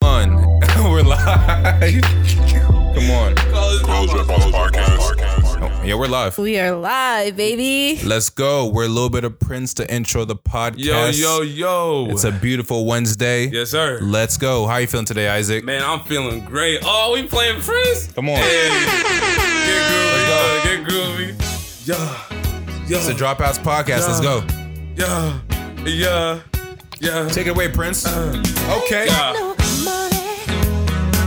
Come on. Closure Falls Podcast. Oh, yeah, we're live. We are live, baby. Let's go. We're a little bit of Prince to intro the Yo, podcast. yo, yo. It's a beautiful Wednesday. yes, sir. Let's go. How you feeling today, Isaac? Man, I'm feeling great. Oh, we playing Prince? Come on. Hey, get groovy, uh, get groovy. Yeah, yeah. It's a Dropouts podcast. Let's go. Yeah, yeah, yeah. Take it away, Prince. Okay. Uh,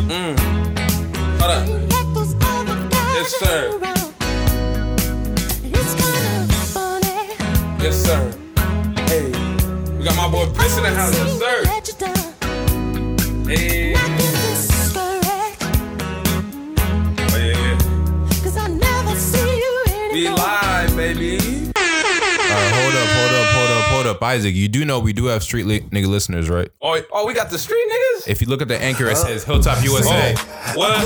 Yeah. Hold up. Yes, sir. Yes, sir. Hey, we got my boy Prince in the house. Yes, sir. Hey. Oh, yeah, yeah. We live, baby. All right, hold up, hold up, hold up, hold up. Isaac, you do know we do have street li- nigga listeners, right? Oh, Uh, oh, we got the street niggas. If you look at the anchor, it says Hilltop USA. What?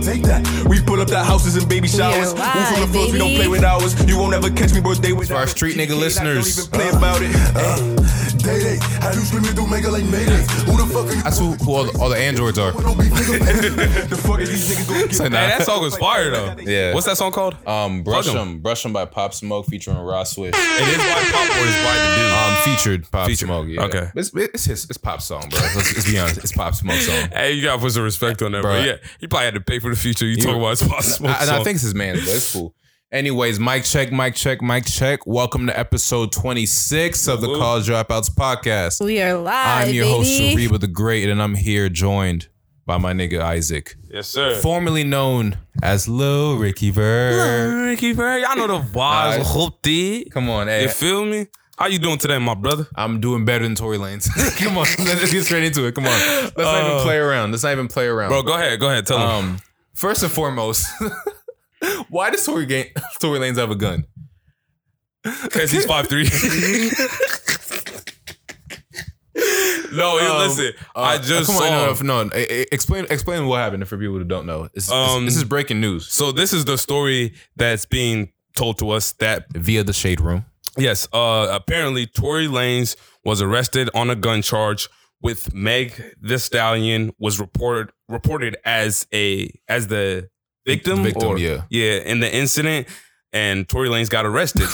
Take that. We pull up the houses and baby showers. alive, Move from the floors, we don't baby. play with hours. You won't ever catch me birthday with our street nigga listeners. Don't even play uh, about it. Uh, Day day, how you screaming through mega like mayday? Who the fuck are you? That's who, who all, the, all the androids are. Don't be nigga. the fuck is these niggas gonna get? Say Hey, that. that song was fire though. Yeah. What's that song called? Um, Brush Plug 'em. 'em. Brush 'em by Pop Smoke featuring Ross Swift. It is white pop or is white dude. Um, featured Pop Featured. Smoke. Yeah. Okay. It's, it's his it's Pop song, bro. Let's, let's be honest. It's Pop Smoke song. Hey, you gotta put some respect on that, bro. Bruh. Yeah, you probably had to pay for the feature. You talking about it's possible. I- and I so- think it's his man, but it's cool. Anyways, mic check, mic check, mic check. Welcome to episode 26 of the Woo. College Dropouts podcast. We are live. I'm your host, baby. Shariba the Great, and I'm here joined by my nigga Isaac, yes, sir. formerly known as Lil Ricky Bird. Ricky Perry, y'all know the Alright. vibes. Hope D. Come on, You hey, feel me? How you doing today, my brother? I'm doing better than Tory Lanez. Come on, let's get straight into it. Come on, let's not even Uh, play around. Let's not even play around, Bro, Oh, go ahead. Go ahead. Tell him. Um, first and foremost, why does Tory, Ga- Tory Lanez have a gun? Cause he's five three. no, yo, Um, listen. I Uh, just come saw. on, no, no, no. E- e- explain explain what happened for people who don't know. This, this- Um, this is breaking news So this is the story that's being told to us that via the shade room. yes, uh, apparently Tory Lanez was arrested on a gun charge with Meg the Stallion was reported reported as a as the victim. Victim, or- yeah. yeah, in the incident, and Tory Lanez got arrested.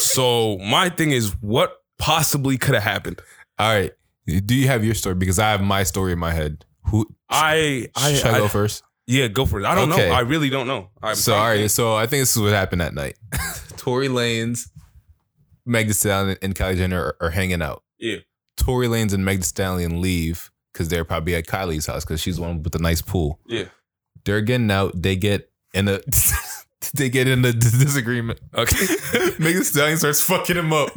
so my thing is, what possibly could have happened? All right, do you have your story? Because I have my story in my head. Who I I, should I, I- go first? Yeah, go for it. I don't Okay. know. I really don't know. I'm so all right, so I think this is what happened that night. Tory Lanez, Meg Thee Stallion, and Kylie Jenner are, are hanging out. Yeah. Tory Lanez and Meg Thee Stallion leave because they're probably at Kylie's house because she's the one with the nice pool. Yeah. they're getting out. They get in a they get in a disagreement. Okay. Megan Thee Stallion starts fucking him up.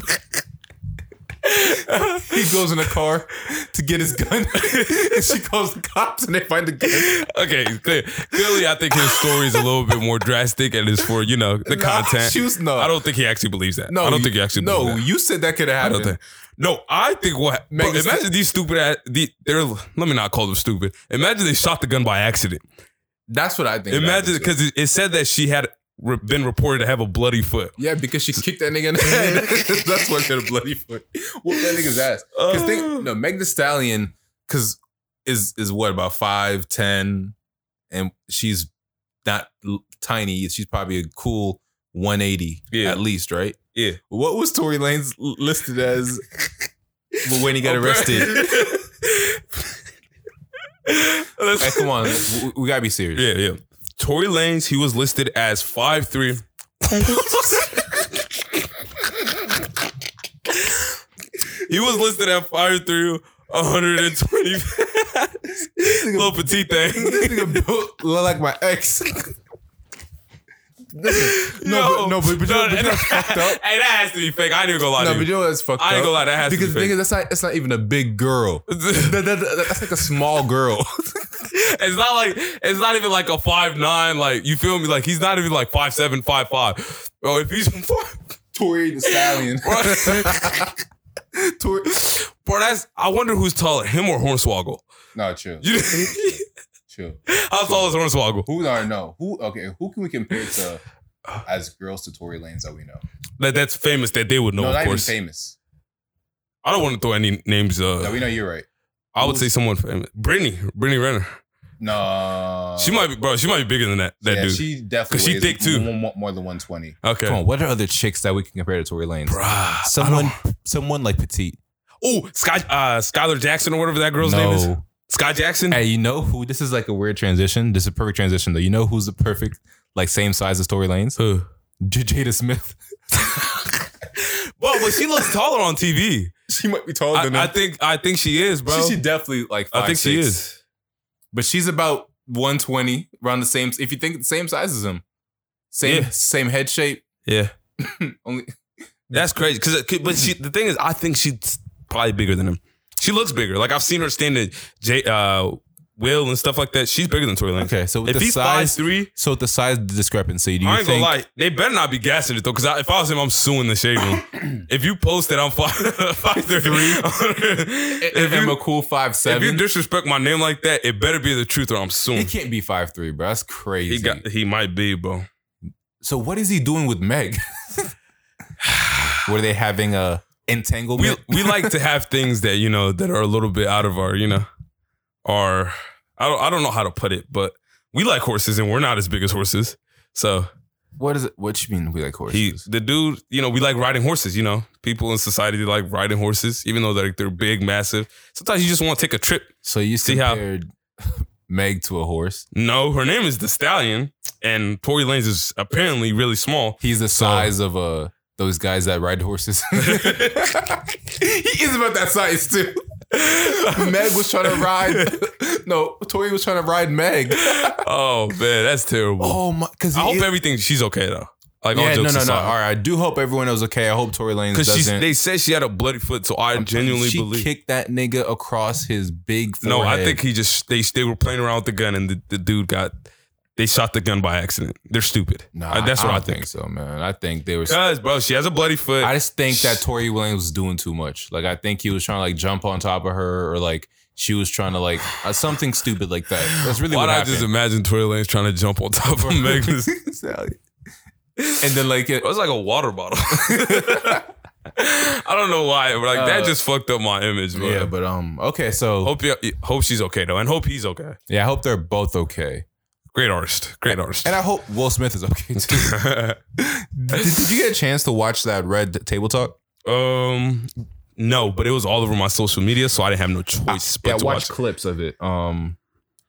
he goes in a car to get his gun, and she calls the cops, and they find the gun. okay. Clear. Clearly, I think his story is a little bit more drastic, and it's for you know the Nah, content. she was- no. I don't think he actually believes that. No, I don't think he actually. No, believes that. you said that could have I happened. don't think. No, I think what. Megan Bro, Thee imagine Stallion- these stupid. ass- The, they're let me not call them stupid. Imagine they shot the gun by accident. That's what I think. Imagine happened, too. because it, it said that she had re- been reported to have a bloody foot. Yeah, because she kicked that nigga in the head. That's why she had a bloody foot. Whoop that nigga's ass. Because Oh. think no, Meg the Stallion, because is is what about five ten, and she's not l- tiny. She's probably a cool one eighty Yeah. at least, right? Yeah. What was Tory Lanez l- listed as? But when he got Oh, bro. arrested, Hey, Listen. come on, we, we gotta be serious. Yeah, yeah. Tory Lanez, he was listed as 5'3. he was listed at 5'3, 120 pounds. Little petite This thing. nigga built look like my ex. Listen, no, Yo. but, no, but, but, you know- but you know what's fucked up. Hey, that has to be fake. I ain't even gonna lie No, to but you. you know that's fucked I ain't up? gonna lie, that has to because be fake. nigga, that's not it's not even a big girl. That- that- that- that's like a small girl. it's not like it's not even like a five nine. Like you feel me? Like he's not even like five seven, five five. Bro, if he's Tori the stallion. bro, Tori. bro, that's I wonder who's taller, him or Hornswoggle. No, chill, You, chill. how tall is Hornswoggle? Who are no? Who okay? Who can we compare to as girls to Tory Lanes that we know? That that's famous that they would know. of course. famous. I don't want to throw any names. Uh, know you're right. I would say someone famous. Brittany, Brittany Renner. No. She might be, bro. She might be bigger than that. That yeah, dude. She 'Cause definitely she weighs thick, too. More, more- more than 120. okay. Come on, what are other chicks that we can compare to Tory Lanez? Bruh. Someone, someone like petite. Oh, Sky, uh, Skylar Jackson or whatever that girl's name is. No. Sky Jackson. Hey, you know who? This is like a weird transition. This is a perfect transition though. You know who's the perfect like same size as Tory Lanez? Who? J- Jada Smith. Bro, but she looks taller on TV. She might be taller I, I think I think she is, bro. She, she definitely like. I five, think she six. is. but she's about 120, around the same. If you think the same size as him, same Yeah. same head shape. Yeah, Only that's crazy. Cause, 'cause- but she, the thing is, I think she's probably bigger than him. She looks bigger. Like I've seen her stand at J, uh, Will and stuff like that. She's bigger than Tory Lanez. okay. So with If the he's size, size three, so with the size discrepancy, do you I ain't think? gonna lie. They better not be gassing it though, because if I was him, I'm suing the shade room. if you post that I'm five, five three, If if I'm a you, cool five if you seven, disrespect my name like that, it better be the truth or I'm he suing. can't be five three, bro. That's crazy. He got, he might be, bro. so what is he doing with Meg? Were they having a We entanglement? we like to have things that you know that are a little bit out of our, you know, our. I don't I don't know how to put it, but we like horses and we're not as big as horses. So what is it? What you mean we like horses? he, the dude, you know, we like riding horses. You know, people in society like riding horses, even though they're they're big, massive. Sometimes you just want to take a trip so you See how- compared Meg to a horse? No, her name is the Stallion, and Tory Lanez is apparently really small. He's the size of uh those guys that ride horses. he is about that size too. Meg was trying to ride. No, Tori was trying to ride Meg. oh man, that's terrible. Oh my! Because I hope everything she's okay though. Like all yeah, no, no, jokes no. All aside, right, I do hope everyone was okay. I hope Tory Lanez because she's doesn't. they said she had a bloody foot, so I genuinely she believe. kicked that nigga across his big. Forehead. No, I think he just they they were playing around with the gun, and the, the dude got they shot the gun by accident. They're stupid. Nah, I- that's what I, don't think. So man, I think they were. Because bro, she has a bloody foot. I just think that Tori Williams was doing too much. Like I think he was trying to like jump on top of her, or like she was trying to like uh, something stupid like that. That's really Why what did I happened. just imagine Tory Lanez trying to jump on top of Magnus? it and then like it, was like a water bottle. I don't know why, but like that Uh, just fucked up my image, bro. yeah, but um, okay. So Hope you, hope she's okay though, and hope he's okay. yeah, I hope they're both okay, Great artist, great artist. and I hope Will Smith is okay too. did, did you get a chance to watch that Red Table Talk? um, no, but it was all over my social media, so I didn't have no choice but Ah, yeah, to watch, watch. it. clips of it. Um,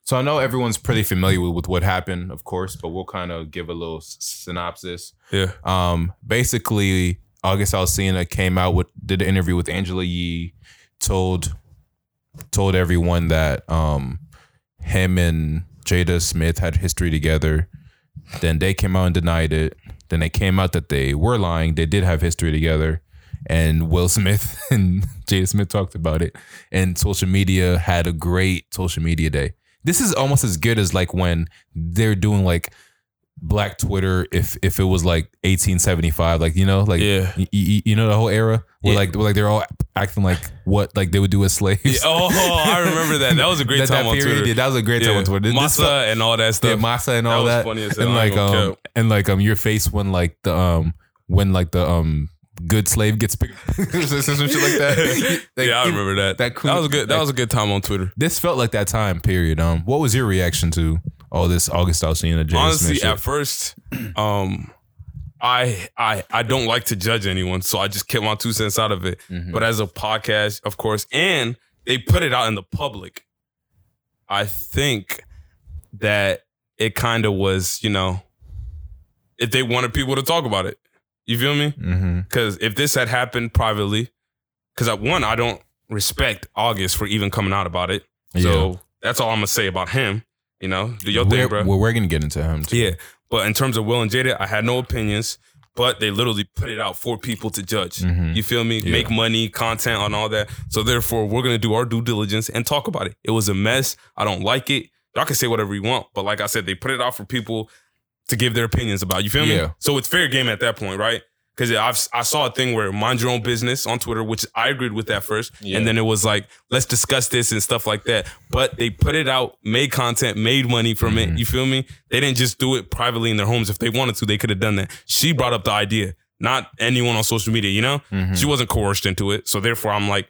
so I know everyone's pretty familiar with, with what happened, of course, but we'll kind of give a little s- synopsis. Yeah, Um, basically, August Alsina came out with did an interview with Angela Yee, told told everyone that um, him and Jada Smith had history together. Then they came out and denied it. Then it came out that they were lying. They did have history together. And Will Smith and Jada Smith talked about it. And social media had a great social media day. This is almost as good as like when they're doing like black Twitter if if it was like 1875, like you know, like yeah. y- y- you know the whole era where Yeah. like where like they're all acting like what like they would do as slaves. Yeah, Oh, I remember that. That was a great that, time that on period, Twitter. yeah, that was a great time Yeah. on Twitter. This- Massa and all that yeah, stuff. Massa and all was that, funny as hell. and I like ain't gonna um cap. and like um your face when like the um when like the um good slave gets picked some shit like that. Like, yeah, I it- remember that. that That, queen- was a good. That that- was a good time on Twitter. This felt like that time period. Um, what was your reaction to all this August Alsina? Jada Honestly, Smith shit? at first, um, I I I don't like to judge anyone, so I just kept my two cents out of it. Mhm. But as a podcast, of course, and they put it out in the public, I think that it kind of was, you know, if they wanted people to talk about it, you feel me? Mhm. Because if this had happened privately, because I one I don't respect August for even coming out about it, so that's all I'm gonna say about him. You know, do your we're, thing, bro. Well, we're gonna get into him. Too. Yeah. But in terms of Will and Jada, I had no opinions, but they literally put it out for people to judge. Mhm. You feel me? Yeah. Make money, content, and all that. So therefore, we're gonna do our due diligence and talk about it. It was a mess. I don't like it. Y'all can say whatever you want, but like I said, they put it out for people to give their opinions about. You feel me? Yeah. So it's fair game at that point, right? Because I've I saw a thing where mind your own business on Twitter, which I agreed with at first, Yeah. and then it was like let's discuss this and stuff like that. But they put it out, made content, made money from Mm-hmm. it. You feel me? They didn't just do it privately in their homes. If they wanted to, they could have done that. She brought Mm-hmm. up the idea, not anyone on social media. You know, she wasn't coerced into it. So therefore, I'm like,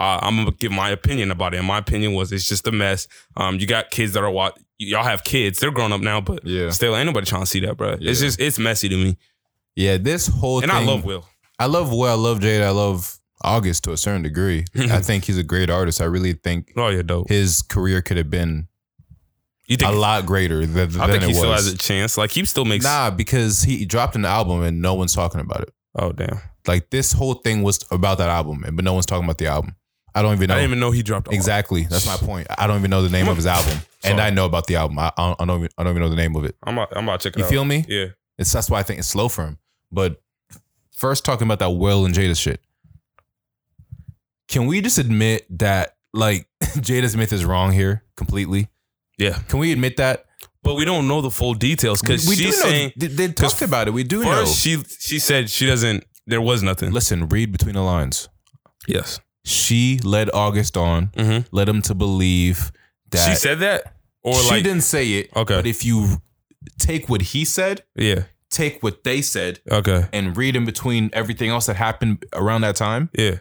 Uh, I'm gonna give my opinion about it. And my opinion was it's just a mess. Um, you got kids that are wa- y'all have kids. They're grown up now, but Yeah. still, ain't nobody trying to see that, bro. Yeah. It's just it's messy to me. Yeah, this whole And thing. I love Will. I love Will. I love Jade. I love August to a certain degree. I think he's a great artist. I really think Oh, you're dope. his career could have been You think? a lot greater than, I than think he it still has was. a chance. Like he still makes. Nah, because he dropped an album and no one's talking about it. Oh damn! Like this whole thing was about that album, and but no one's talking about the album. I don't even know I didn't even know he dropped. a lot. exactly. That's my point. I don't even know the name of his album, and I know about the album. I, I don't- I don't. Even, I don't even know the name of it. I'm about, I'm about to check it You out. feel me? Yeah. It's that's why I think it's slow for him. But first, talking about that Will and Jada shit. Can we just admit that like Jada Smith is wrong here completely? Yeah. Can we admit that? But we don't know the full details because we she's do know. saying they, they 'cause talked about it. We do know. first she she said she doesn't. There was nothing. Listen, read between the lines. Yes. She led August on, hmm led him to believe that She said that, or she like didn't say it. Okay. but if you take what he said, yeah. take what they said, Okay. and read in between everything else that happened around that time, Yeah.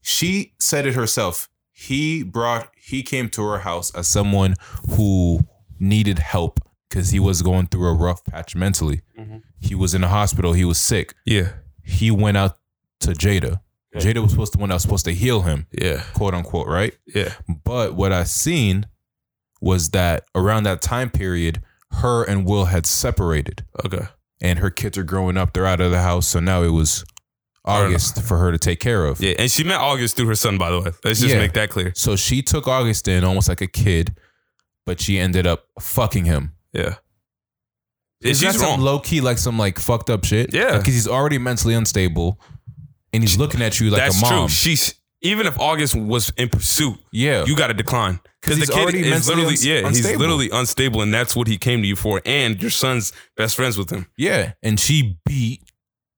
she said it herself. He brought he came to her house as someone who needed help because he was going through a rough patch mentally. Mm-hmm. He was in a hospital. He was sick. Yeah. He went out to Jada. Jada was supposed to one that was supposed to heal him, Yeah. quote unquote, right? Yeah. But what I seen was that around that time period, her and Will had separated, Okay. and her kids are growing up. They're out of the house, so now it was I don't know. August for her to take care of. Yeah. And she met August through her son, by the way. Let's just Yeah. make that clear. So she took August in almost like a kid, but she ended up fucking him. Yeah. Is that she's some wrong. low key like some like fucked up shit? Yeah. because he's already mentally unstable, and he's looking at you like That's a mom. true. She's even if August was in pursuit, Yeah, you got to decline 'Cause because the he's kid already is mentally literally uns- yeah he's unstable. literally unstable, and that's what he came to you for. And your son's best friends with him. yeah. And she beat,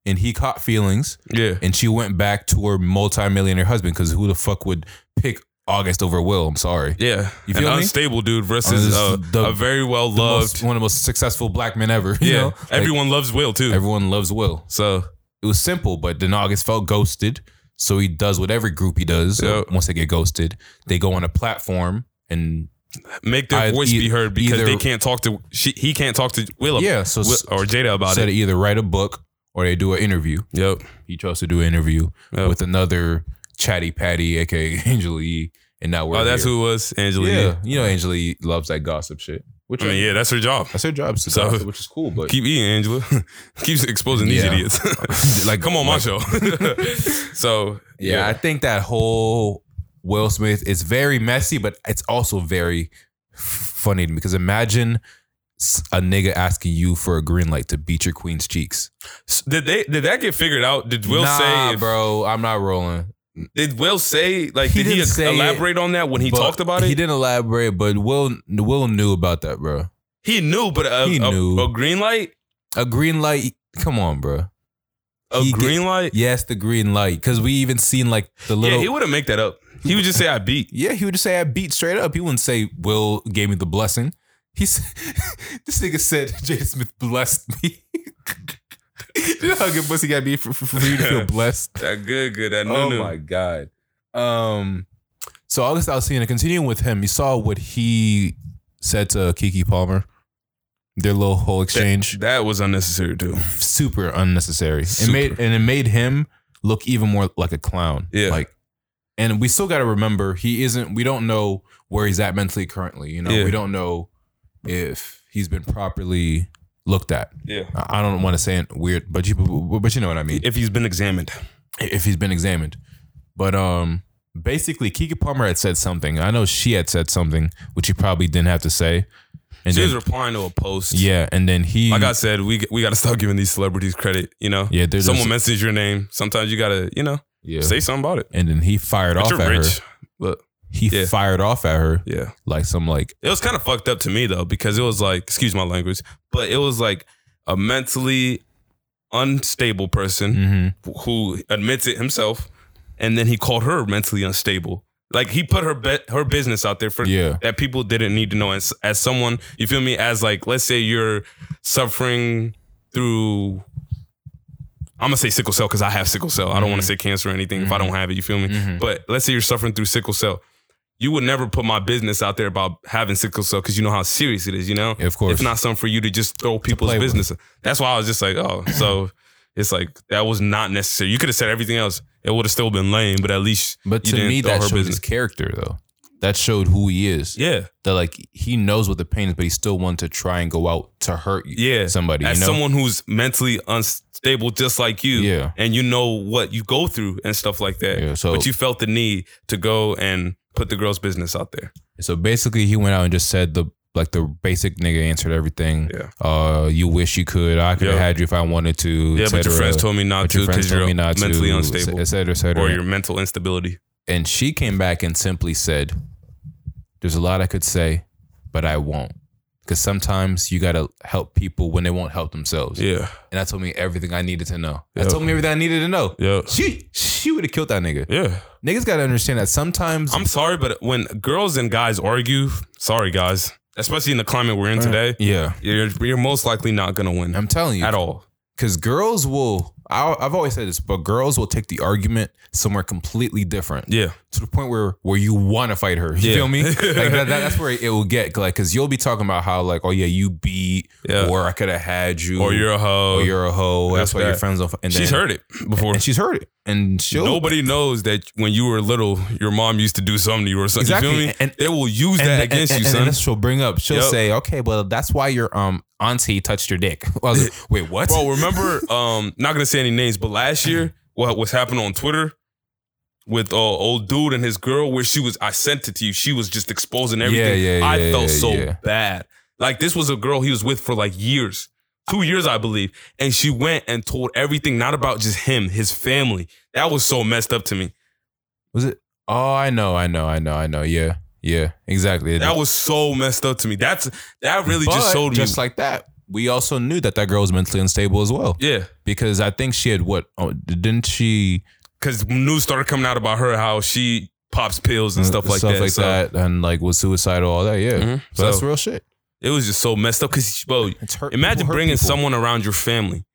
and he caught feelings, Yeah. and she went back to her multimillionaire husband because who the fuck would pick August over Will? I'm sorry. Yeah, You an feel me? unstable dude Uh, versus this uh, is the- a very well The most- loved. one of the most successful black men ever. You yeah, know? Like, everyone loves Will too. everyone loves Will. so it was simple, but then August felt ghosted. So he does what every groupie does uh, Yep. once they get ghosted. They go on a platform and make their I- voice e- be heard because either- they can't talk to she. He can't talk to Will. yeah, so Will- s- or Jada about said it. to either write a book or they do an interview. Yep. He chose to do an interview Yep. with another chatty patty, aka Angela Yee, E, and now we're oh, that's here. who it was Angela. Yeah, Yeah. you know Angela Yee loves that gossip shit. Which I mean, yeah, that's her job. that's her job, so, So- gossip, which is cool. But Keep eating, Angela. Keeps exposing these Yeah. idiots. Like- like, come on, my like- show. so yeah, I think that whole Will Smith is very messy, but it's also very f- funny to me because imagine s- a nigga asking you for a green light to beat your queen's cheeks. S- did they? Did that get figured out? Did Will nah, say? If, bro, I'm not rolling. Did Will say? Like, He did he didn't say it, elaborate on that when he But talked about it? He didn't elaborate, but Will Will knew about that, bro. He knew, but a, He a- knew. a green light. A green light. Come on, bro. A He green light. Get, yes, the green light. Because we even seen like the little. Yeah, he wouldn't make that up. He would just say, "I beat." Yeah, he would just say I beat straight up. He wouldn't say Will gave me the blessing. He said, this nigga said Jaden Smith blessed me. you know how good pussy got to be for, for, for you to feel blessed. That good, good. That oh my god. Um. So August Alsina, continuing with him, you saw what he said to Kiki Palmer. Their little whole exchange, That was unnecessary too. super unnecessary. Super. It made and it made him look even more like a clown. Yeah. Like, and we still got to remember he isn't. We don't know where he's at mentally currently. You know, Yeah. we don't know if he's been properly looked at. Yeah. I I don't want to say it weird, but you but you know what I mean. If he's been examined, If he's been examined, but um, basically, Kiki Palmer had said something. I know she had said something which he probably didn't have to say. And she was then, replying to a post. yeah, and then he Like I said, we we got to stop giving these celebrities credit. You know. Yeah, they're Someone just- mentions your name. Sometimes you gotta, you know, yeah, say something about it. and then he fired But off you're at her. rich. Look. he Yeah. fired off at her Yeah. like some like It was kind of fucked up to me though because it was like, excuse my language, but it was like a mentally unstable person. Mm. who admits it himself, and then he called her mentally unstable. Like he put her be- her business out there for Yeah. that people didn't need to know. As as someone, you feel me? As like, let's say you're suffering through I'm gonna say sickle cell because I have sickle cell. I don't Mm-hmm. want to say cancer or anything if I don't have it. You feel me? Mhm. But let's say you're suffering through sickle cell. You would never put my business out there about having sickle cell because you know how serious it is. You know, Yeah, of course. it's not something for you to just throw people's play with. business. That's why I was just like, oh, so it's like that was not necessary. You could have said everything else. It would have still been lame, but at least But you to didn't me, throw that her showed his business. character though. That showed who he is. Yeah, That like he knows what the pain is, but he still wanted to try and go out to hurt you- yeah. somebody. as you know? someone who's mentally unstable, just like you, Yeah. and you know what you go through and stuff like that. Yeah, so- but you felt the need to go and put the girl's business out there. So basically, he went out and just said the like the basic nigga answered everything. Yeah. Uh, you wish you could. I could have Yeah. had you if I wanted to. Yeah, et but your cetera. friends told me not But your to friends because told you're me not to, mentally et unstable cetera, et cetera, et cetera. or your mental instability. and she came back and simply said, "There's a lot I could say, but I won't." Because sometimes you gotta help people when they won't help themselves. Yeah, And that told me everything I needed to know. That Yeah. told me everything I needed to know. yeah, She she would have killed that nigga. yeah. Niggas gotta understand that sometimes I'm sorry, but when girls and guys argue, sorry guys, especially in the climate we're in today, yeah. you're you're most likely not gonna win I'm telling you, at all. because girls will I, i've always said this but girls will take the argument somewhere completely different Yeah, to the point where where you want to fight her you Yeah. feel me like that, that- that's where it will get like because you'll be talking about how like oh yeah you beat Yeah. or i could have had you or you're a hoe. or you're a hoe that's That's why your bad. friends don't f-" and she's then- heard it before. and she's heard it and she'll Nobody knows that when you were little, your mom used to do something to you or something. You Exactly. feel me? And- they will use and that th- against and- you, and son. that's what she'll bring up. She'll Yep. say, "Okay, well, that's why your um auntie touched your dick." I was like, "Wait, what?" Bro, remember, um, not gonna say any names, but last year, what was happening on Twitter with uh, old dude and his girl, where she was, I sent it to you. She was just exposing everything. yeah, I yeah, felt yeah, so yeah. bad. Like this was a girl he was with for like years, two years, I believe, and she went and told everything, not about just him, his family. That was so messed up to me. Was it? Oh, I know, I know, I know, I know. Yeah, yeah, exactly. That was so messed up to me. That's that really just But showed just me. like that. We also knew that that girl was mentally unstable as well yeah. because I think she had what? Oh, didn't she because news started coming out about her how she pops pills and Uh, stuff like that. so and Uh, like was suicidal, all that. Yeah, Mhm. Mm-hmm. so, that's So- real shit. it was just so messed up. Because bro, It's hurt. imagine people hurt bringing people. someone around your family,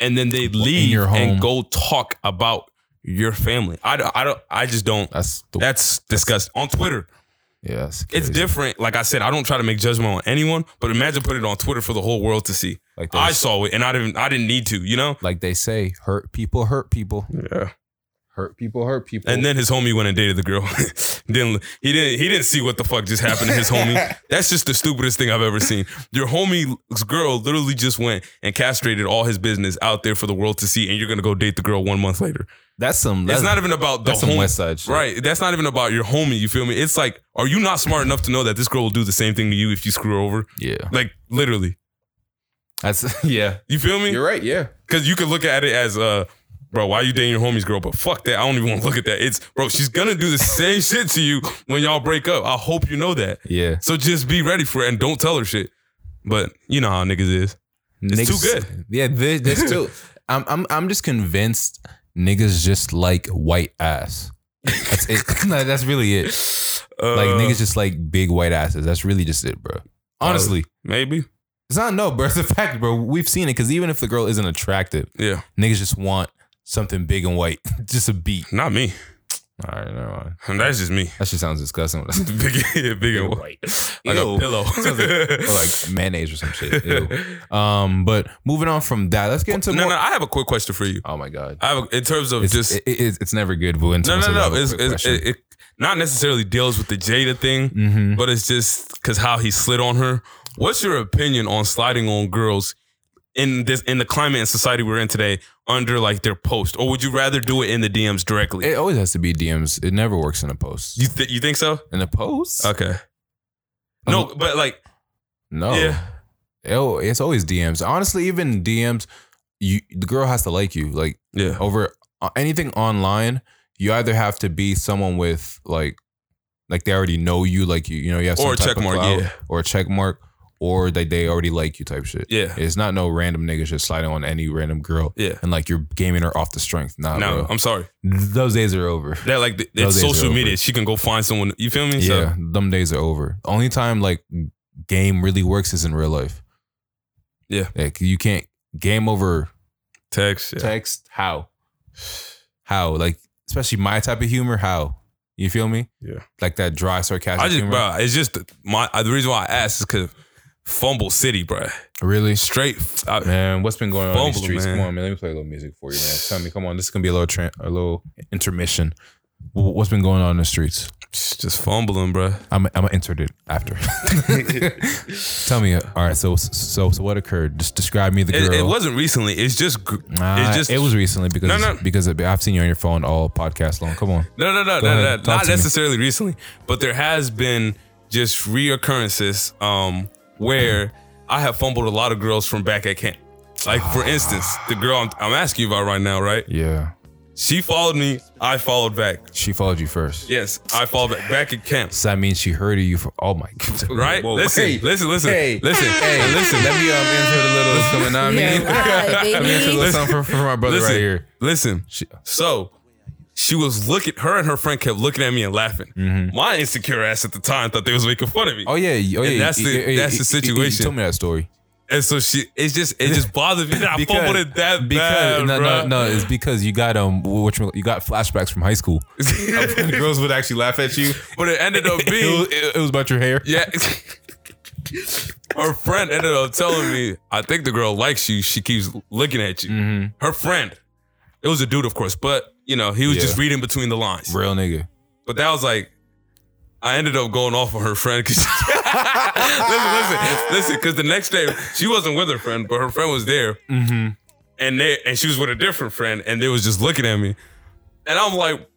and then they leave your home. and go talk about your family. I don't. I don't. I just don't. That's the That's disgusting. On Twitter, yeah. That's it's crazy. different. Like I said, I don't try to make judgment on anyone, but imagine putting it on Twitter for the whole world to see. Like they, I saw it, and I didn't. I didn't need to. You know. like they say, hurt people hurt people, Yeah. hurt people hurt people. And then his homie went and dated the girl. didn't he didn't he didn't see what the fuck just happened to his homie. That's just the stupidest thing I've ever seen. Your homie's girl literally just went and castrated all his business out there for the world to see, and you're gonna go date the girl one month later. that's some. That's, It's not even about the that's some homie. West Side shit. Right. That's not even about your homie, you feel me? It's like, are you not smart enough to know that this girl will do the same thing to you if you screw her over? Yeah, Like literally. that's yeah. You feel me? You're right. Yeah, Because you could look at it as, uh, bro, why you dating your homies, girl? But fuck that. I don't even want to look at that. It's, bro, she's going to do the same shit to you when y'all break up. I hope you know that. yeah. So just be ready for it and don't tell her shit. But you know how niggas is. It's too good. Yeah, this, this too. I'm, I'm, I'm just convinced niggas just like white ass. That's it. no, that's really it. Uh, Like niggas just like big white asses. That's really just it, bro. Honestly, Maybe. it's not no, bro. It's a fact, bro. We've seen it because even if the girl isn't attractive, Yeah. niggas just want something big and white, just a beat. Not me. All right, never mind. And that's just me. That shit sounds disgusting. Big, yeah, big and white. Like Ew. a pillow. Sounds like, like mayonnaise or some shit. Ew. Um, but moving on from that, let's get into Oh, no, more. no, I have a quick question for you. Oh my god. I have a, in terms of It's, just it, it, it's never good when someone no, no, says, "I have no. a It's, quick it's, question." it, it not necessarily deals with the Jada thing, Mhm. but it's just because how he slid on her. What's your opinion on sliding on girls in this in the climate and society we're in today under like their post, or would you rather do it in the DMs directly? It always has to be DMs. It never works in a post. you Uh, th- you think so? in a post? Okay. No, Um, but like no. yeah. Oh, it's always DMs. Honestly, even DMs, you the girl has to like you. Like yeah, over uh, anything online, you either have to be someone with like, like they already know you. Like you, you know, you have some Or a type of check mark, clout, yeah. or a check mark, or that they already like you type shit. Yeah. it's not no random niggas just sliding on any random girl. Yeah. and like you're gaming her off the strength. Nah, no, bro. I'm sorry. those days are over. That like the, Those it's days are social over. media. She can go find someone. You feel me? Yeah, them days are over. Only time like game really works is in real life. Yeah. like you can't game over Text. Yeah. Text how, how like especially my type of humor. How you feel me? Yeah. Like that dry sarcastic I just, humor. bro, it's just my uh, the reason why I asked is because Fumble City, bro, Really, straight. f- I- man. What's been going on in these Fumble, streets? man. Come on, man. Let me play a little music for you, man. Tell me, come on. This is gonna be a little tran a little intermission. Wh- What's been going on in the streets? just fumbling, bro. I'm I'm gonna insert it after. Tell me, uh, all right. So so so what occurred? Just describe me the girl. It, it wasn't recently. It's just. gr- Nah, it's just. it was recently because No, no. because I've seen you on your phone all podcast long. Come on, No, no, no, Go no, ahead. no. Talk Not to me. necessarily recently, but there has been just reoccurrences um, where I have fumbled a lot of girls from back at camp. Like for instance, the girl I'm, I'm asking you about right now, right? yeah. She followed me. I followed back. She followed you first. Yes, I followed back. Back at camp. So that means she heard of you for oh my god. Right? listen, hey, listen, listen, hey, listen, Hey, listen, let me um insert a little Coming at me. Yeah, wow, Let me answer a baby. little something for, for my brother listen, right here. listen. So she was looking. Her and her friend kept looking at me and laughing. Mm-hmm. My insecure ass at the time thought they was making fun of me. Oh yeah, oh yeah. And that's the- yeah, yeah, that's the yeah, situation. You told me that story. And so she, it's just, it just bothers me that I Because- fumbled it that bad, no, no, bro. no, it's because you got um, what you, you got flashbacks from high school. the girls would actually laugh at you. But it ended up being, it was about your hair. yeah. Her friend ended up telling me, I think the girl likes you. She keeps looking at you. Mm. Mm-hmm. Her friend. It was a dude, of course, but you know, he was Yeah. just reading between the lines. Real nigga. But that was like, I ended up going off on her friend because listen, listen, listen, because the next day she wasn't with her friend, but her friend was there, mm-hmm. and they and she was with a different friend, and they was just looking at me, and I'm like.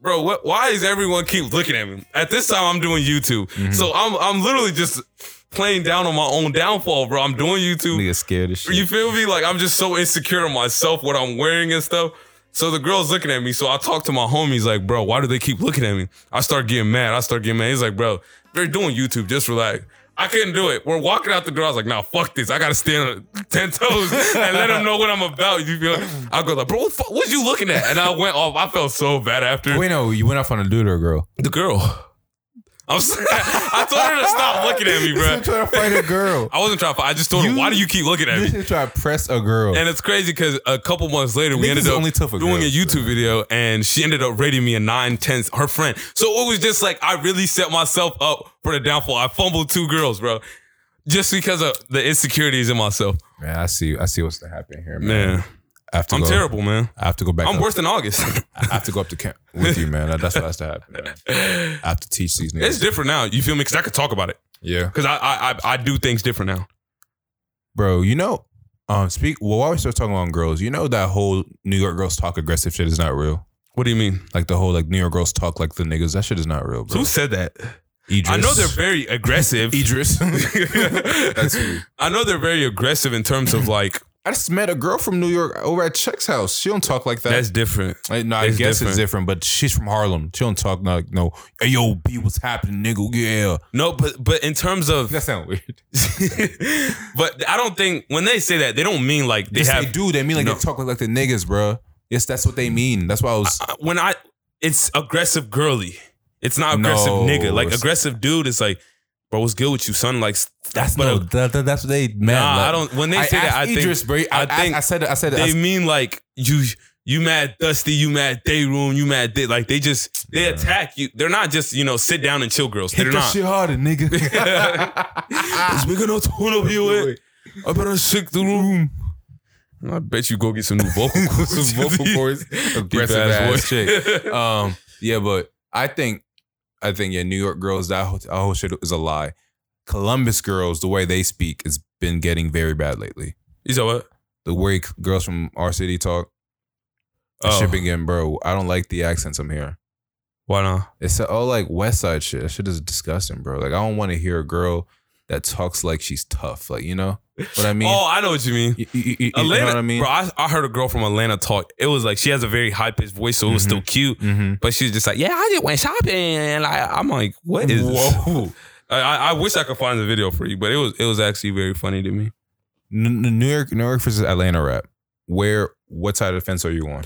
Bro, what, why is everyone keep looking at me? At this time, I'm doing YouTube, so I'm I'm literally just playing down on my own downfall, bro. I'm doing YouTube. Nigga scared as shit. You feel me? Like I'm just so insecure of myself, what I'm wearing and stuff. So the girl's looking at me. So I talk to my homies, like, bro, why do they keep looking at me? I start getting mad. I start getting mad. He's like, bro, they're doing YouTube. Just relax. I couldn't do it. We're walking out the door. I was like, nah, fuck this. I gotta stand on ten toes and let them know what I'm about. You feel? me? I go like, bro, what, the fuck- what you looking at? And I went off. I felt so bad after Wait, no, you went off on a dude or a girl. the girl. I'm sorry. I told her to stop looking at me, bro. trying to fight a girl. I wasn't trying to. fight. I just told her, You- why do you keep looking at me? This is trying to press a girl. And it's crazy because a couple months later, we Niggas ended is up only tough for doing a girls, YouTube video, and she ended up rating me a nine tenths, her friend. So it was just like I really set myself up for the downfall. I fumbled two girls, bro, just because of the insecurities in myself. man, I see. I see what's happening here, man. Man, I have to I'm go, terrible, man. I have to go back. I'm up. worse than August. I have to go up to camp with you, man. That's what has to happen. Man. I have to teach these niggas. it's different now. You feel me? Because I could talk about it. yeah, Because I, I I I do things different now. bro. You know, um, speak. Well, while we start talking on girls, you know that whole New York girls talk aggressive shit is not real. What do you mean? Like the whole like New York girls talk like the niggas. That shit is not real, bro. Who said that? Idris. I know they're very aggressive. Idris. That's who. I know they're very aggressive in terms of like I just met a girl from New York over at Check's house. She don't talk like that. that's different. I, no, I It's guess different. it's different, but she's from Harlem. She don't talk like no. Hey, yo, B, what's happening, nigga? Yeah, No, but but in terms of that sound weird. but I don't think when they say that they don't mean like they Yes, have. they do. They mean like no. they talk like, the niggas, bro. Yes, that's what they mean. That's why I was. Uh, When I, it's aggressive girly. It's not aggressive No, nigga. Like it's- aggressive dude is like, bro, what's good with you, son? Like that's but no. a- uh, that- that- that's what they meant. nah, like- I don't. When they I say that, asked I think Idris, bro. I, I think think I, said. it- I said. it- I they said- mean like you. You mad dusty? You mad day room? You mad day? Like they just they attack you. They're not just you know sit down and chill girls. They're Hit that not. shit harder, nigga. Is we gonna turn up here? eh? I better shake the room. I bet you go get some new vocal cords. Some vocal cords, aggressive ass, voice. chick. Um, yeah, but I think, I think yeah, New York girls that whole, that whole shit is a lie. Columbus girls, the way they speak, has been getting very bad lately. You said what? The way c- girls from our city talk, that Oh. shit been getting, bro. I don't like the accents I'm hearing. Why not? It's all like West Side shit. That shit is disgusting, bro. Like I don't want to hear a girl that talks like she's tough. Like you know what I mean? oh, I know what you mean. You- you- you- you know Atlanta, what I mean? bro. I, I heard a girl from Atlanta talk. It was like she has a very high pitched voice, so it was still cute. Mm-hmm. But she was just like, "Yeah, I just went shopping." And like, I'm like, "What is?" this?" Whoa. I, I I wish I could find the video for you, but it was it was actually very funny to me. N- N- New York, New York versus Atlanta rap. Where, what side of the fence are you on?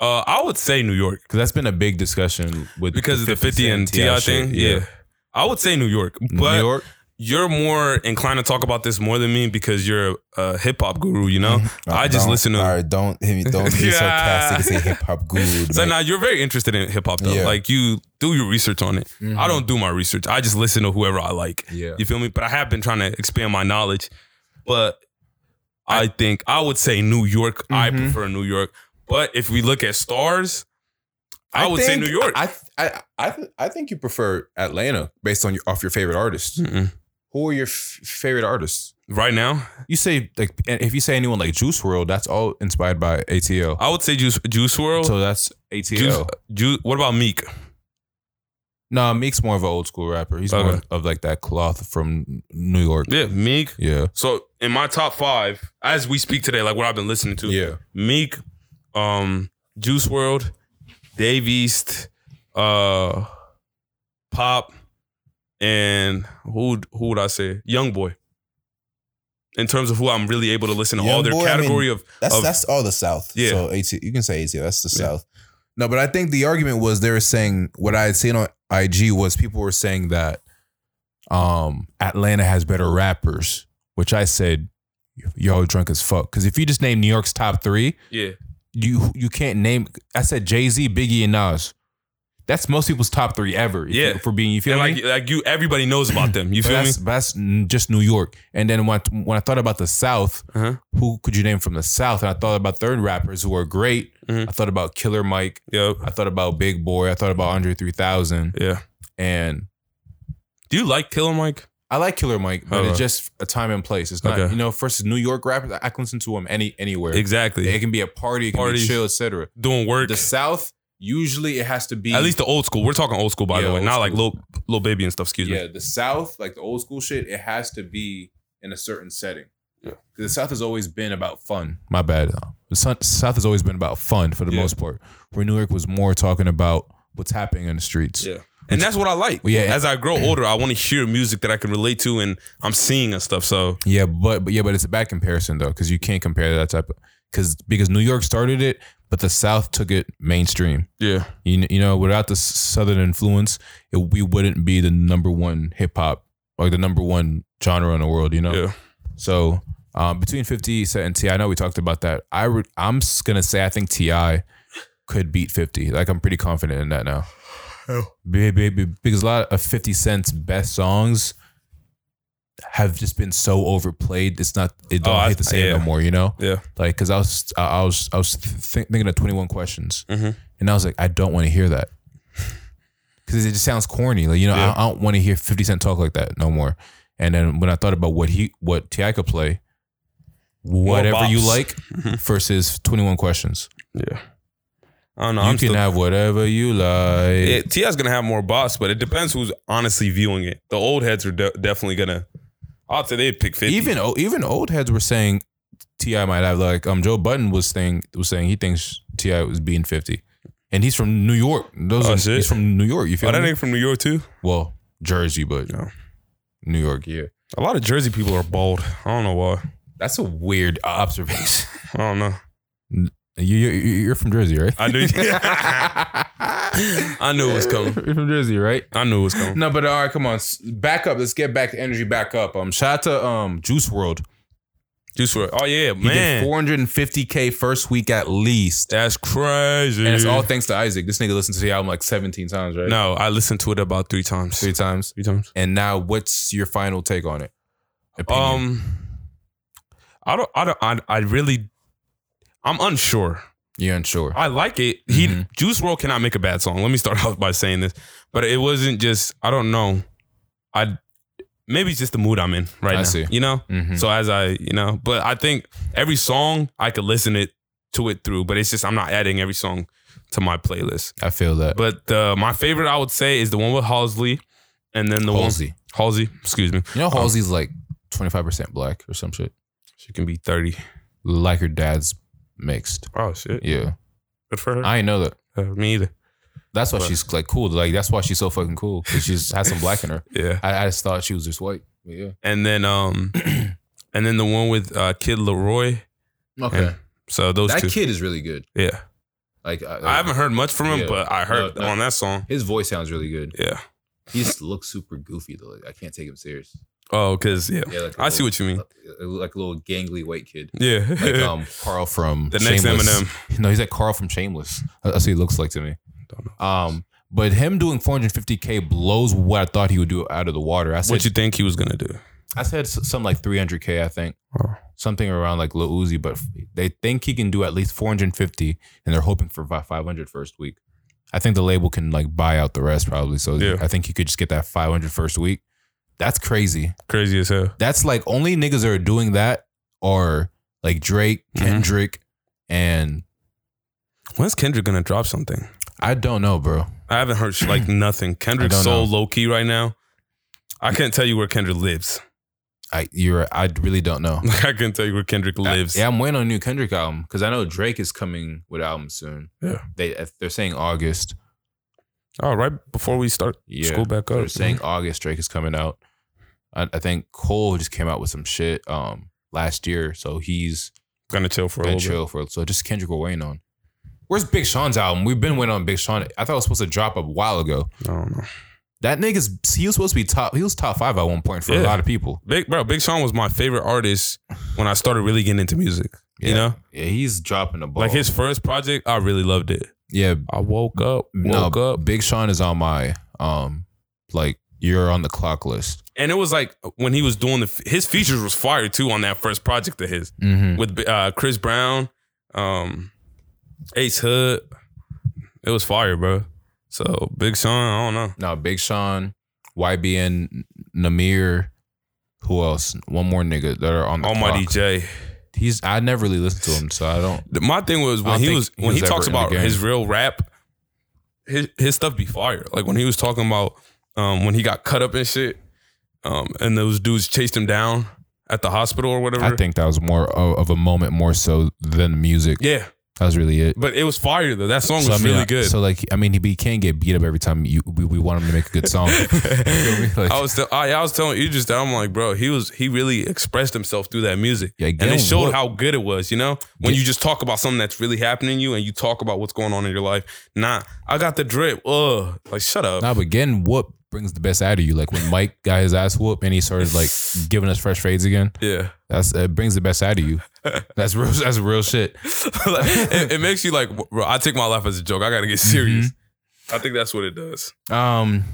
Uh, I would say New York Because that's been a big discussion with because of the Fifty and Cent Ti shit. thing. Yeah. I would say New York, but New York. you're more inclined to talk about this more than me because you're a hip hop guru. You know, I just Don't- listen to. All right, don't hit me. Don't be Yeah. sarcastic and say hip hop guru. So Like, now you're very interested in hip hop though. Yeah. Like you do your research on it. I don't do my research. I just listen to whoever I like. Mm-hmm. Yeah. You feel me? But I have been trying to expand my knowledge. But I, think I would say New York. I prefer New York. But if we look at stars, I, would think- say New York. I I I, th- I think you prefer Atlanta based on your off your favorite artists. Mm-mm. Who are your f- favorite artists? right now, You say like and if you say anyone like Juice World, that's all inspired by ATL. I would say Juice Juice World. So that's ATL. Juice, Ju- what about Meek? No, Meek's more of an old school rapper. He's more Okay. of like that cloth from New York. Yeah, Meek. Yeah. So in my top five, as we speak today, like what I've been listening to, Yeah. Meek, um, Juice World, Dave East, uh, Pop, and who who would I say? Young Boy. In terms of who I'm really able to listen to, all their Youngboy, I mean, category of that's of- that's all the South. Yeah. So AT, you can say ATL. That's the Yeah. South. No, but I think the argument was they were saying what I had seen on IG was people were saying that um Atlanta has better rappers, which I said y'all drunk as fuck. Because if you just name New York's top three, yeah, you you can't name. I said Jay Z, Biggie, and Nas. That's most people's top three ever. if you- Yeah. for being you feel and me? like like you, everybody knows about them. You But feel me? that's, but that's n- just New York. And then when I, when I thought about the South, Uh-huh. who could you name from the South? And I thought about third rappers who are great. Mhm. I thought about Killer Mike. Yep. I thought about Big Boy. I thought about Andre 3000. Yeah. And Do you like Killer Mike? I like Killer Mike, but Okay. it's just a time and place. It's not, Okay. you know, versus New York rappers, I I can listen to them any, anywhere. Exactly. It can be a party, it can Parties. be chill, etc. Doing work. The South, usually it has to be At least the old school. We're talking old school, by Yeah, the way, old not like school. little little baby and stuff. Excuse yeah, me. the South, like the old school shit, it has to be in a certain setting. Yeah. 'Cause The South has always been about fun. My bad. The Sun- South has always been about fun for the Yeah. most part. Where New York was more talking about what's happening in the streets. Yeah. And that's what I like. Well, yeah. As I grow older, I want to hear music that I can relate to, and I'm seeing and stuff. So Yeah, but but yeah, but it's a bad comparison though, because you can't compare that type of because because New York started it, but the South took it mainstream. yeah, You kn- you know, without the s- Southern influence, it, we wouldn't be the number one hip hop or the number one genre in the world. You know. yeah. So um, between 50 Cent and Ti, I know we talked about that. I would, I'm s- gonna say I think Ti could beat 50. Like I'm pretty confident in that now. Be- be- be- Because a lot of 50 Cent's best songs have just been so overplayed. It's not, it don't Oh, I- hit the same yeah. no more. You know, Yeah. like because I was, I I was, I was th- thinking of 21 questions, Mhm. and I was like, I don't want to hear that. Because it just sounds corny, like you know, I, Yeah. I don't want to hear Fifty Cent talk like that no more. And then when I thought about what he what Ti could play, whatever you bops. like versus Twenty One Questions, Yeah. I don't know. you I'm can still, have whatever you like. yeah, Ti's gonna have more boss, but it depends who's honestly viewing it. The old heads are de- definitely gonna. I'd say they'd pick 50. even o- even old heads were saying Ti might have like um Joe Button was saying was saying he thinks Ti was beating fifty, and he's from New York. Those Oh, are, shit. he's from New York. You Oh, feel that me? nigga from New York too. well, Jersey, but e No. New York. Yeah, A lot of Jersey people are bald. I don't know why. that's a weird observation. I don't know. you, you you're from Jersey, right? I knew. I knew it was coming. You're from Jersey, right? I knew it was coming. No, but all right, come on, S- back up. Let's get back the energy back up. Um, shout out to um Juice World. Juice WRLD. Oh yeah, He man. did 450k first week at least, That's crazy. and it's all thanks to Isaac. This nigga listened to the album like 17 times, right? no, I listened to it about three times. three times. three times. And now, what's your final take on it? Opinion. Um, I don't, I don't, I, I really, I'm unsure. You're unsure. I like it. He Mhm. Juice World cannot make a bad song. Let me start out by saying this, but it wasn't just. I don't know. I maybe it's just the mood I'm in right I now. see. You know. Mhm. So as I, you know, but I think every song I could listen it to it through, but it's just I'm not adding every song to my playlist. I feel that. But uh, my favorite I would say is the one with Halsey, and then the Halsey, one Um, Halsey. Excuse me. you know Halsey's like 25 percent black or some shit, She can be thirty. like her dad's mixed. Oh shit. Yeah, Good for her. I ain't know that. Uh, me either. That's why But- she's like cool. Like that's why she's so fucking cool. 'cause She's has some black in her. Yeah. I, I just thought she was just white. But yeah. And then um and then the one with uh Kid Leroy. Okay. And so those that two. kid is really good. yeah. Like I, I haven't heard much from him, Yeah. but I heard No, no. on that song. His voice sounds really good. Yeah. He just looks super goofy though. Like, I can't take him serious. Oh, because yeah. Yeah, like a I see little- what you mean. uh, Like a little gangly white kid. Yeah. Like um, Carl from The next Shameless. Eminem. No, he's like Carl from Shameless. That- That's what he looks like to me. Don't know. Um, but him doing 450k blows what I thought he would do out of the water. I said, what you think he was gonna do? I said s- something like 300k. I think Oh. something around like Lil Uzi, but f- they think he can do at least 450, and they're hoping for about 500 first week. I think the label can like buy out the rest probably. So Yeah. I think he could just get that 500 first week. That's crazy. Crazy as hell. That's like only niggas that are doing that are like Drake, Mhm. Kendrick, and When's Kendrick gonna drop something? I don't know, bro. I haven't heard sh- like nothing. Kendrick's don't so know. low key right now. I can't tell you where Kendrick lives. I you're I really don't know. Like I can tell you where Kendrick lives. I, yeah, I'm waiting on a new Kendrick album because I know Drake is coming with albums soon. Yeah. They if they're saying August. Oh, right before we start Yeah. school back up. They're saying August Drake is coming out. I, I think Cole just came out with some shit um last year, so he's gonna Mm-hmm. chill for a been little chill for so just Kendrick we're waiting on. Where's Big Sean's album? We've been waiting on Big Sean. I thought it was supposed to drop a while ago. bit. I don't know. That nigga's he was supposed to be top. He was top five at one point for a Yeah. lot of people. Big bro, Big Sean was my favorite artist when I started really getting into music. You Yeah. know? Yeah, he's dropping the ball. Like his first project, I really loved it. yeah. I woke up, No, woke up. Big Sean is on my um like you're on the clock list. And it was like when he was doing the his features was fire too on that first project of his. Mm-hmm. with uh, Chris Brown, um, Ace Hood. It was fire, bro. So Big Sean, I don't know. No, Big Sean, YBN, Namir, who else? One more nigga that are on the Almighty clock. J. He's I never really listened to him, so I don't. The- My thing was I when don't he think was he when he, was ever talks in the about game. his real rap, his his stuff be fire. Like when he was talking about um, when he got cut up and shit, um, and those dudes chased him down at the hospital or whatever. I think that was more of, of a moment more so than music. yeah, That was really it. but it was fire though. That song So, I was mean, really I- good. So like, I mean, he, he can't get beat up every time you we, we want him to make a good song. You feel me? Like, I was tell- I, I was telling Idris that I'm like, bro, he was he really expressed himself through that music, Yeah, and get it him showed whooped. how good it was. You know, when Get- you just talk about something that's really happening to you, and you talk about what's going on in your life. Nah, I got the drip. Ugh, like shut up. nah, but getting whoop brings the best out of you. Like when Mike got his ass whooped and he started like giving us fresh fades again. yeah, That's it brings the best out of you. That's real. That's real shit. Like, it, it makes you like, bro. I take my life as a joke. I gotta get serious. Mm-hmm. I think that's what it does. Um,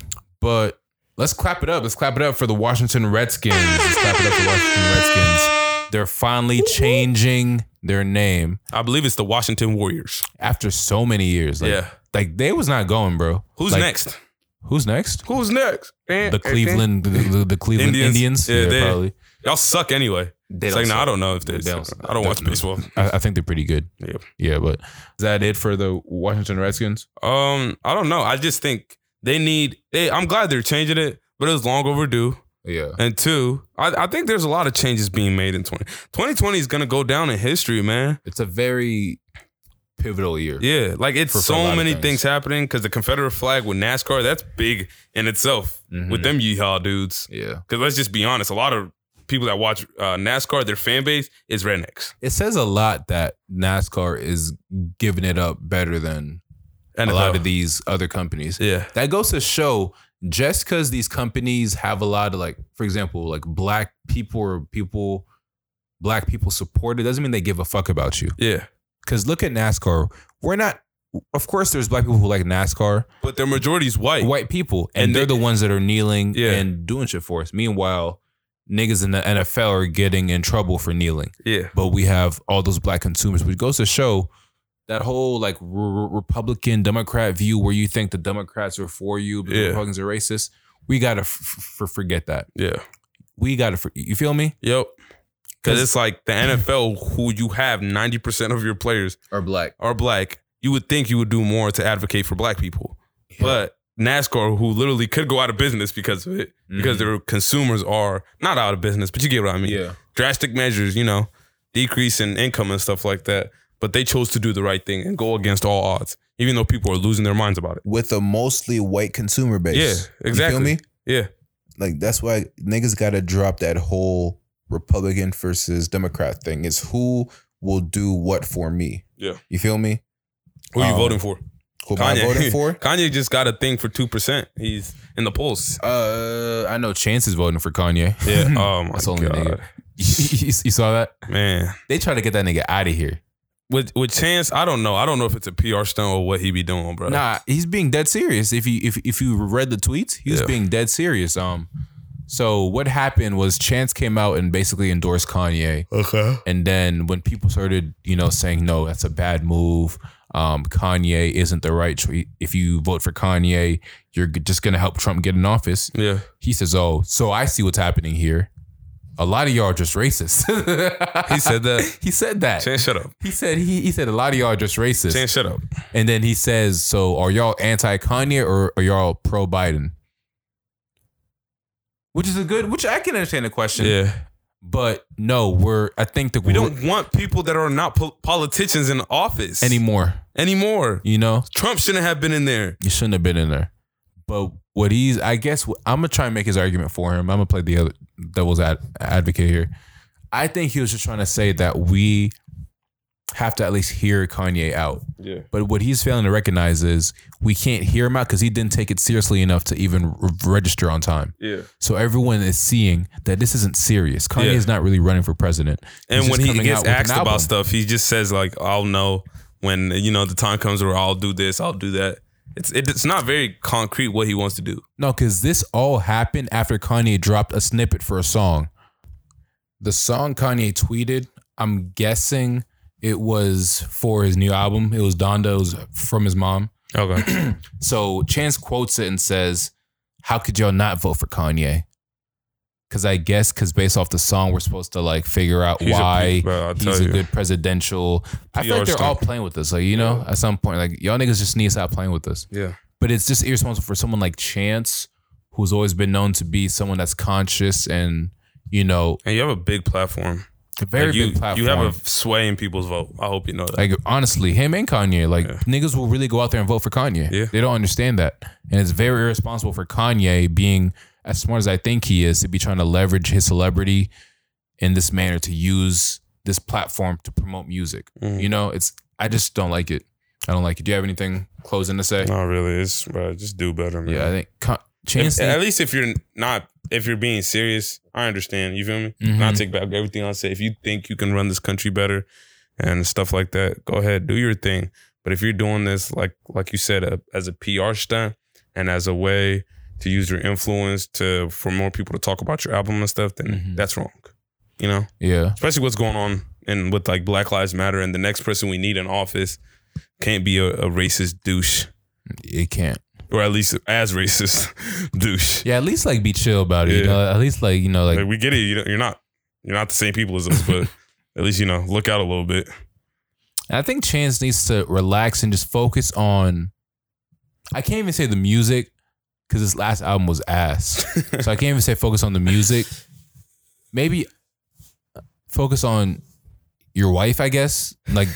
but let's clap it up. Let's clap it up for the Washington Redskins. Let's clap it up for the Washington Redskins. They're finally changing their name I believe it's the Washington Warriors. after so many years. Like, yeah. like they was not going, bro. Who's Like, next? Who's next? Who's next? The Cleveland, the, the, the Cleveland Indians. Indians. Yeah, they- probably. Y'all suck anyway. They it's don't like, nah, suck. I don't know if they. They suck. don't suck. I don't watch Definitely. baseball. I, I think they're pretty good. Yep. Yeah, but is that it for the Washington Redskins? Um, I don't know. I just think they need. They, I'm glad they're changing it, but it was long overdue. Yeah. And two, I, I think there's a lot of changes being made in 20, 2020 is gonna go down in history, man. It's a very pivotal year. Yeah, like it's For- for a lot so of many things. things. happening because the Confederate flag with NASCAR that's big in itself Mhm. with them yeehaw dudes. Yeah. Because let's just be honest, a lot of people that watch uh, NASCAR, their fan base is rednecks It says a lot that NASCAR is giving it up better than and a lot of these other companies. Yeah, That goes to show just because these companies have a lot of like, for example, like black people or people, black people support it doesn't mean they give a fuck about you. yeah. Because look at NASCAR. We're not. Of course, there's black people who like NASCAR, But their majority's white. white people, and, And they're they- the ones that are kneeling Yeah. and doing shit for us. Meanwhile, niggas in the NFL are getting in trouble for kneeling Yeah, but we have all those black consumers, which goes to show that whole like r- r- Republican Democrat view where you think the Democrats are for you, but Yeah. the Republicans are racist. We gotta f- f- forget that. yeah. We gotta, f- you feel me? Yep. Because it's like the NFL, who you have 90% of your players Or black. are black. You would think you would do more to advocate for black people. But NASCAR, who literally could go out of business because of it, Mm-hmm. because their consumers are not out of business, but you get what I mean. Yeah. Drastic measures, you know, decrease in income and stuff like that. But they chose to do the right thing and go against all odds, even though people are losing their minds about it. with a mostly white consumer base. Yeah, exactly. You feel me? Yeah. Like that's why niggas gotta drop that whole Republican versus Democrat thing. It's who will do what for me. Yeah. You feel me? Who are you Um, voting for? Who am I voting Kanye, for? Kanye just got a thing for two percent. He's in the polls. Uh, I know Chance is voting for Kanye. Yeah. Oh my That's only god, nigga. you, you saw that? man. They try to get that nigga out of here. With with Chance, I don't know. I don't know if it's a PR stunt or what he be doing, bro. Nah, he's being dead serious. If you if if you read the tweets, he was Yeah. being dead serious. Um, so what happened was Chance came out and basically endorsed Kanye. Okay. And then when people started, you know, saying no, that's a bad move. Um, Kanye isn't the right. Tr- if you vote for Kanye, you're g- just gonna help Trump get in office. Yeah. He says, "Oh, so I see what's happening here. A lot of y'all are just racist." He said that. he said that. Chance, shut up. He said he, he said a lot of y'all are just racist. Chance, shut up. And then he says, "So are y'all anti Kanye or are y'all pro Biden?" Which is a good, which I can understand the question. Yeah. But no, we're I think that We don't want people that are not pol- politicians in office anymore. anymore. You know, Trump shouldn't have been in there. you shouldn't have been in there. But what he's, I guess, wh- I'm gonna try and make his argument for him. I'm gonna play the other devil's ad, advocate here. I think he was just trying to say that we have to at least hear Kanye out. Yeah. But what he's failing to recognize is we can't hear him out because he didn't take it seriously enough to even re- register on time. Yeah. So everyone is seeing that this isn't serious. Kanye Yeah. is not really running for president. And He's when just he coming gets out with an asked album. about stuff, he just says like, "I'll know when you know the time comes where I'll do this, I'll do that." It's it, it's not very concrete what he wants to do. No, because this all happened after Kanye dropped a snippet for a song. The song Kanye tweeted, I'm guessing it was for his new album. It was Dondo's from his mom. Okay. So Chance quotes it and says, How could y'all not vote for Kanye? Because I guess, because based off the song, we're supposed to like figure out He's a why peak, bro, I'll he's tell a you. good presidential. I feel PR like they're stunt. all playing with this. Like, you know, at some point, like, y'all niggas just need to stop playing with this yeah. but it's just irresponsible for someone like Chance, who's always been known to be someone that's conscious and you know And you have a big platform. a very Like, you, big platform. You have a sway in people's vote. I hope you know that. like honestly, him and Kanye, like Yeah. niggas will really go out there and vote for Kanye. Yeah. They don't understand that, and it's very irresponsible for Kanye being as smart as I think he is to be trying to leverage his celebrity in this manner to use this platform to promote music. Mhm. You know, it's I just don't like it. I don't like it. Do you have anything closing to say? Not really. It's bro, just do better, man. Yeah, I think Con- Chance. If, at least if you're not, if you're being serious, I understand. You feel me? Mhm. Not take back everything I say. If you think you can run this country better and stuff like that, go ahead, do your thing. But if you're doing this, like like you said, uh, as a PR stunt and as a way to use your influence to for more people to talk about your album and stuff, then Mhm. that's wrong. You know, yeah, especially what's going on and with like Black Lives Matter and the next person we need in office can't be a, a racist douche it can't. or at least as racist douche. Yeah, at least like be chill about it. You Yeah. know, at least like you know, like Like, we get it. You don't- You're not you're not the same people as us, but at least you know look out a little bit. I think Chance needs to relax and just focus on. I can't even say the music because his last album was ass, so I can't even say focus on the music. Maybe uh, focus on your wife, I guess. Like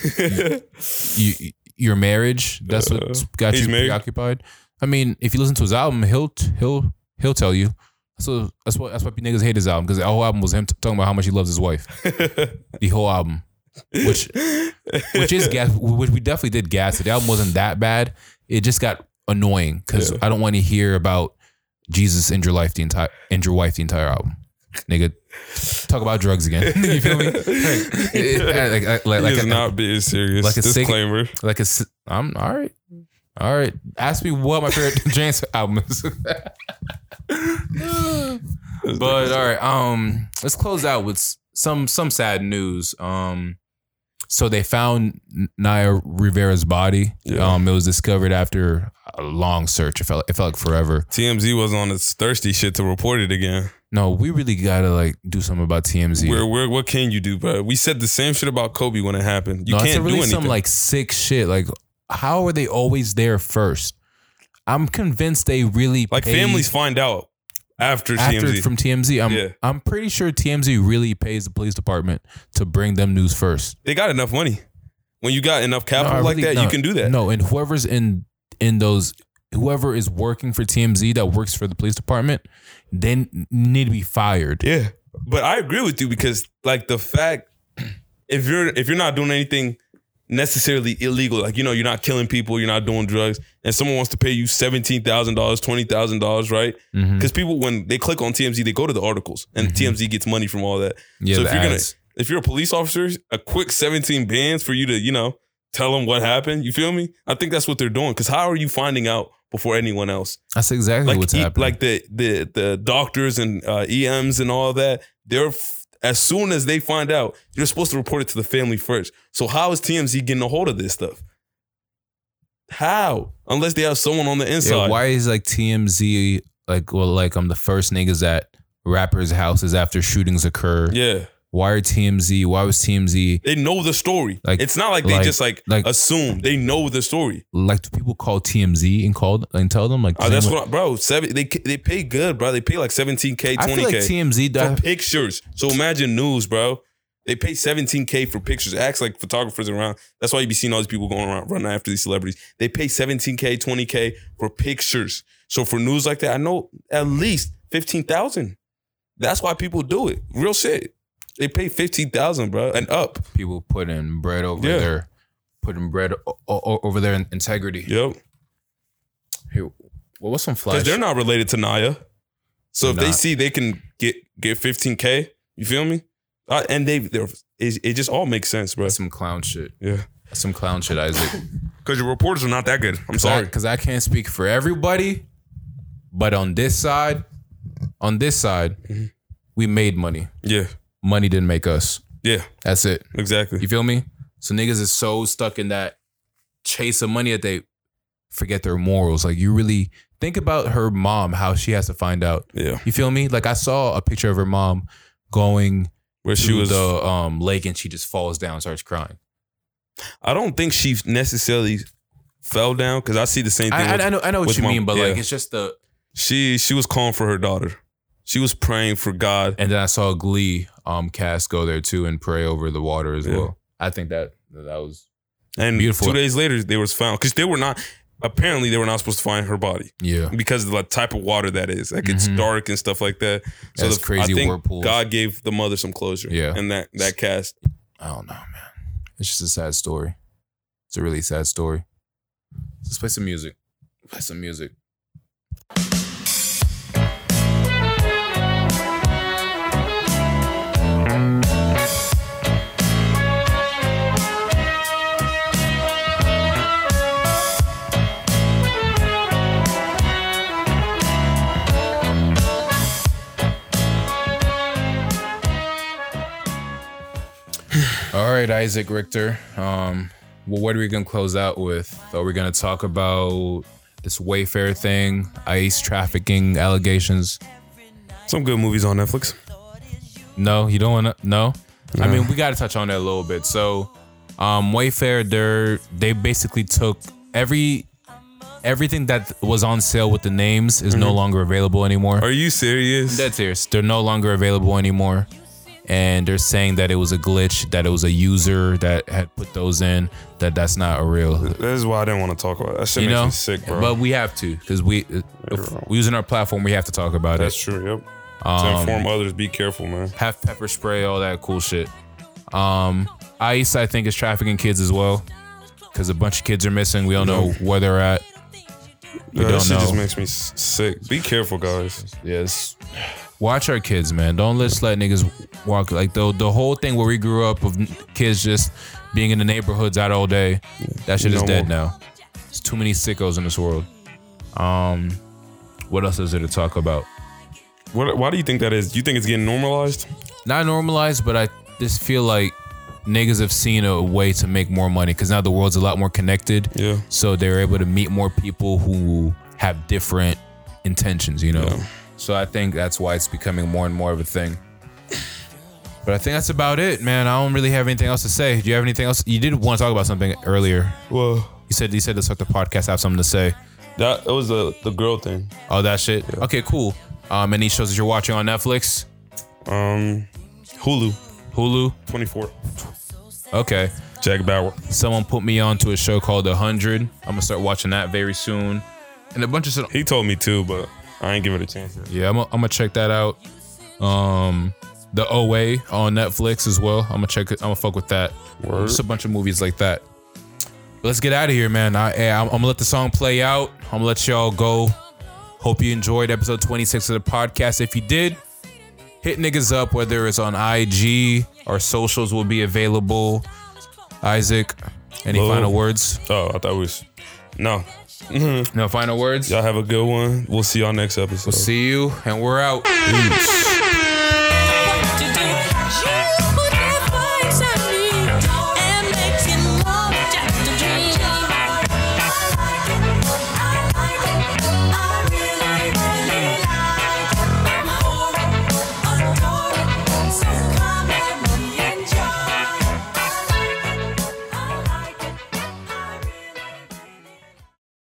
you, your marriage. That's Uh, what got he's you married? preoccupied. I mean, if you listen to his album, he'll he'll he'll tell you. So that's what that's why niggas hate his album because the whole album was him t- talking about how much he loves his wife. the whole album, which which is gas, which we definitely did gas. it. The album wasn't that bad. It just got annoying because I don't want to hear about Jesus and your life the entire and your wife the entire album, nigga. Talk about drugs again. you feel me? Like, it- like- like- Like, like- he is not being serious. like a sig- disclaimer. like a s- I'm all right. All right. Ask me what my favorite James album is. but all right, um, let's close out with s- some some sad news. Um, so they found N- Naya Rivera's body. Yeah. Um, it was discovered after a long search. It felt it felt like forever. TMZ was on its thirsty shit to report it again. No, we really gotta like do something about TMZ. Where where what can you do, bro? We said the same shit about Kobe when it happened. You no, that's can't really do anything. some Like, like sick shit. Like, how are they always there first? I'm convinced they really paid- families find out after, after TMZ. from TMZ. I'm Yeah. I'm pretty sure TMZ really pays the police department to bring them news first. they got enough money. When you got enough No, capital I like really- that, no, you can do that. No, and whoever's in in those whoever is working for TMZ that works for the police department, they n- need to be fired. Yeah, but I agree with you because like the fact if you're if you're not doing anything necessarily illegal. Like, you know, you're not killing people, you're not doing drugs, and someone wants to pay you $17,000, $20,000, right? Mhm. Because people, when they click on TMZ, they go to the articles, and Mhm. TMZ gets money from all that. Yeah, so the if you're gonna- ads. If you're a police officer, a quick 17 bands for you to, you know, tell them what happened. You feel me? I think that's what they're doing. Because how are you finding out before anyone else? That's exactly like what's e- happening. like the the the doctors and uh, EMs and all that. They're f- as soon as they find out, you're supposed to report it to the family first. So how is TMZ getting a hold of this stuff? How? Unless they have someone on the inside. yeah, why is like TMZ like well like I'm the first niggas at rappers' houses after shootings occur? Yeah. Why are TMZ? Why was TMZ They know the story. Like- it's not like they like- just like, like- assume they know the story. like? Do people call TMZ and call and tell them like? Oh, that's does anyone- what, bro. Seven, they they pay good, bro. They pay like seventeen k, I twenty feel like k TMZ. for Di- pictures. So imagine news, bro. They pay seventeen k for pictures. Acts like photographers around. That's why you be seeing all these people going around running after these celebrities. They pay seventeen k, twenty k for pictures. So for news like that, I know at least fifteen thousand. That's why people do it. Real shit. They pay fifteen thousand, bro, and up. people putting bread over Yeah. their putting bread o- o- over their integrity. Yep. Here, well, what's some Because flash? they're not related to Naya. So if they Not. see they can get get 15k, you feel me? Uh, and they they're it, it just all makes sense, bro. That's some clown shit. Yeah. That's some clown shit, Isaac. Because your reporters are not that good. I'm sorry. because I, can't speak for everybody, but on this side, on this side, Mm-hmm. we made money. Yeah. Money didn't make us. Yeah. That's it. Exactly. You feel me? So niggas is so stuck in that chase of money that they forget their morals. Like you really think about her mom, how she has to find out. Yeah. You feel me? Like I saw a picture of her mom going Where to she was. the um, lake and she just falls down, and starts crying. I don't think she necessarily fell down because I see the same thing. I, with- I, I know I know what with you my- mean, but like yeah. it's just the she she was calling for her daughter. She was praying for God. And then I saw Glee um cast go there too and pray over the water as Yeah. well. I think that that was And Beautiful. two days later, they was found because they were not. Apparently, they were not supposed to find her body. yeah. because of the type of water that is. Like it's Mhm. dark and stuff like that. So That's the, crazy I think whirlpools. God gave the mother some closure. Yeah. And that that cast. I don't know, man. It's just a sad story. It's a really sad story. Let's play some music. Play some music. All right, Isaac Richter. Um, well, what are we gonna close out with? So we're gonna talk about this Wayfair thing, ICE trafficking allegations. Some good movies on Netflix. No, you don't want to. No? I No. mean we got to touch on that a little bit. So, um, Wayfair, they they basically took every everything that was on sale with the names is no longer available anymore. Mm-hmm. Are you serious? That's serious. They're no longer available anymore, and they're saying that it was a glitch, that it was a user that had put those in, that that's not a real. that is why I didn't want to talk about it. That shit You makes know, me sick, bro. but we have to because we uh, if wrong. we're using our platform, we have to talk about That's it. true. Yep. to Um, inform others, be careful, man. half pepper spray, all that cool shit. Um, ICE, I think, is trafficking kids as well because a bunch of kids are missing. We don't know where they're at. We Yeah, that don't shit just know. makes me s- sick. Be careful, guys. Yes. Watch our kids, man. Don't just let niggas walk like the the whole thing where we grew up of n- kids just being in the neighborhoods out all day. That shit is No dead more. now. There's too many sickos in this world. Um, what else is there to talk about? What, why do you think that is? Do you think it's getting normalized? not normalized, but I just feel like niggas have seen a way to make more money because now the world's a lot more connected. Yeah. So they're able to meet more people who have different intentions, you know? Yeah. So I think that's why it's becoming more and more of a thing. But I think that's about it, man. I don't really have anything else to say. Do you have anything else? You did want to talk about something earlier. Well, You said you said let's let the podcast have something to say. that it was the the girl thing. All that shit. Okay, cool. Um, any shows that you're watching on Netflix, Um, Hulu, Hulu? twenty four, Okay. Jack Bauer. Someone put me on to a show called The Hundred. I'm gonna start watching that very soon, and a bunch of shit. He told me too, but I ain't give it a chance. yet. Yeah, I'm gonna I'm gonna check that out. Um, The OA on Netflix as well. I'm gonna check it. I'm gonna fuck with that. Word. Just a bunch of movies like that. Let's get out of here, man. I, hey, I'm, I'm gonna let the song play out. I'm gonna let y'all go. Hope you enjoyed episode 26 of the podcast. If you did, hit niggas up. Whether it's on IG, our socials will be available. Isaac, any Love. final words? Oh, I thought we was. No. No final words. Y'all have a good one. We'll see y'all next episode. We'll see you, and we're out. to do. You